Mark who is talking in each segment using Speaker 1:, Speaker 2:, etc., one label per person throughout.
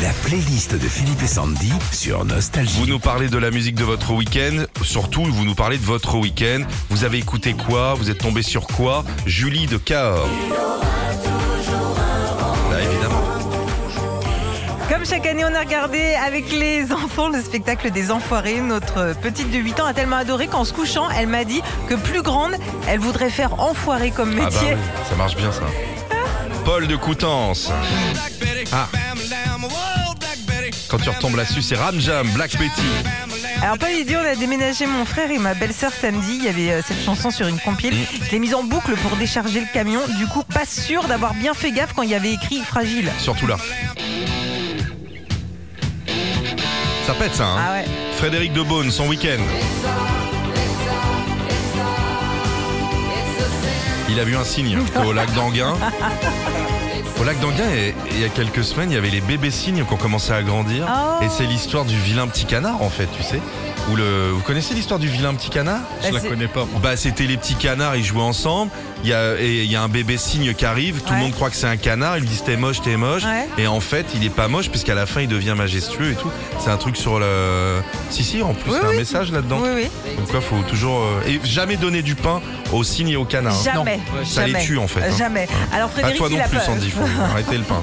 Speaker 1: La playlist de Philippe et Sandy sur Nostalgie.
Speaker 2: Vous nous parlez de la musique de votre week-end, surtout vous nous parlez de votre week-end. Vous avez écouté quoi Vous êtes tombé sur quoi Julie de Cahors. Là, évidemment.
Speaker 3: Comme chaque année, on a regardé avec les enfants le spectacle des Enfoirés. Notre petite de 8 ans a tellement adoré qu'en se couchant, elle m'a dit que plus grande, elle voudrait faire enfoiré comme
Speaker 2: Ah bah oui,
Speaker 3: métier.
Speaker 2: ça marche bien ça. Paul de Coutances. Ah. Quand tu retombes là-dessus, c'est Ramjam, Black Betty.
Speaker 3: Alors pas idiot, on a déménagé mon frère et ma belle-sœur samedi. Il y avait euh, cette chanson sur une compile.
Speaker 2: Mm.
Speaker 3: Je l'ai mise en boucle pour décharger le camion. Du coup, pas sûr d'avoir bien fait gaffe quand il y avait écrit fragile.
Speaker 2: Surtout là. Ça pète ça, hein
Speaker 3: Ah ouais.
Speaker 2: Frédéric de Beaune, son week-end. Il a vu un signe hein, au lac d'Anguin. Au lac d'Anguin, et- il y a quelques semaines, il y avait les bébés cygnes qui ont commencé à grandir.
Speaker 3: Oh.
Speaker 2: Et c'est l'histoire du vilain petit canard, en fait, tu sais. Où le... Vous connaissez l'histoire du vilain petit canard
Speaker 3: Bah, c'est-
Speaker 2: pas. Bah, c'était les petits canards, ils jouaient ensemble. Il y a, et il y a un bébé cygne qui arrive. Tout le
Speaker 3: Ouais.
Speaker 2: monde croit que c'est un canard. Ils lui disent t'es moche, t'es moche.
Speaker 3: Ouais.
Speaker 2: Et en fait, il est pas moche puisqu'à la fin, il devient majestueux et tout. C'est un truc sur le. Si, si, en plus,
Speaker 3: Oui,
Speaker 2: il y a un
Speaker 3: oui.
Speaker 2: message là-dedans.
Speaker 3: oui, oui.
Speaker 2: Donc, quoi, faut toujours. euh, Et jamais donner du pain aux cygnes et aux canards. hein.
Speaker 3: Jamais.
Speaker 2: Non. Ça
Speaker 3: jamais.
Speaker 2: les tue, en fait. hein.
Speaker 3: Jamais. Alors
Speaker 2: Pas
Speaker 3: Frédéric,
Speaker 2: toi non
Speaker 3: il a
Speaker 2: plus,
Speaker 3: pas- euh,
Speaker 2: Sandy. Faut arrêter le pain.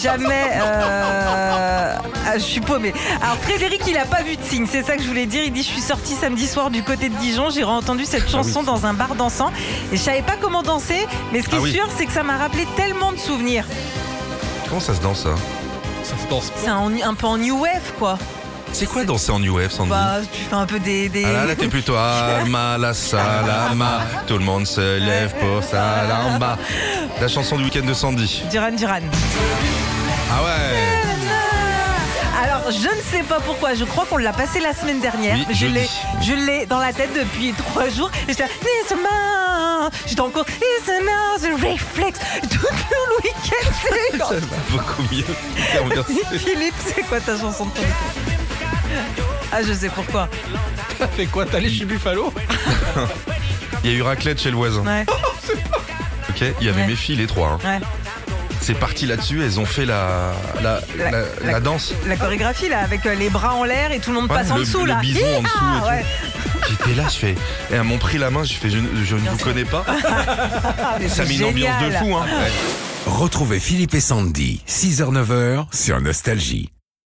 Speaker 3: Jamais. euh, ah, je suis paumée. Alors Frédéric, il a pas vu de signe. C'est ça que je voulais dire. Il dit je suis sorti samedi soir du côté de Dijon. J'ai entendu
Speaker 2: Ah
Speaker 3: cette chanson dans un bar dansant et je savais pas comment danser. Mais ce qui
Speaker 2: Ah
Speaker 3: est
Speaker 2: oui.
Speaker 3: sûr, c'est que ça m'a rappelé tellement de souvenirs.
Speaker 2: Comment ça se danse, ça
Speaker 3: C'est un, un peu en new wave quoi.
Speaker 2: C'est quoi danser en UF, Sandy
Speaker 3: Bah euh, tu fais un peu des. des-
Speaker 2: Ah là, là t'es plutôt Alma la salama, tout le monde se lève pour salamba. La chanson du week-end de Sandy.
Speaker 3: Duran Duran.
Speaker 2: Ah ouais.
Speaker 3: Alors, je ne sais pas pourquoi, je crois qu'on l'a passé la semaine dernière.
Speaker 2: Oui,
Speaker 3: je
Speaker 2: jeudi.
Speaker 3: l'ai, je l'ai dans la tête depuis trois jours. Et J'étais là, It's a man. J'étais encore It's another reflex. Tout le week-end, c'est genre-
Speaker 2: Ça va beaucoup mieux. Tiens, on va dire-
Speaker 3: Philippe, c'est quoi ta chanson de ton week-end Ah, je sais pourquoi.
Speaker 4: T'as fait quoi T'es allé chez Buffalo
Speaker 2: Il y a eu raclette chez le voisin.
Speaker 3: Ouais,
Speaker 2: Ok, il y avait
Speaker 3: Ouais.
Speaker 2: mes filles, les trois. hein.
Speaker 3: ouais.
Speaker 2: C'est parti là-dessus, elles ont fait la, la, la-
Speaker 3: La- la-
Speaker 2: la danse.
Speaker 3: La chorégraphie, là, avec euh, les bras en l'air et tout le monde
Speaker 2: Ouais,
Speaker 3: passe en
Speaker 2: le-
Speaker 3: dessous,
Speaker 2: le
Speaker 3: là.
Speaker 2: bison en dessous et
Speaker 3: Ah,
Speaker 2: tout.
Speaker 3: ouais.
Speaker 2: J'étais là, je fais. Et elles m'ont pris la main, je fais, je, ne- je ne vous connais pas.
Speaker 3: Ah, mais
Speaker 2: Ça
Speaker 3: c'est
Speaker 2: met une ambiance de
Speaker 3: génial.
Speaker 2: fou. Hein.
Speaker 1: Retrouvez Philippe et Sandy, 6h-9h sur Nostalgie.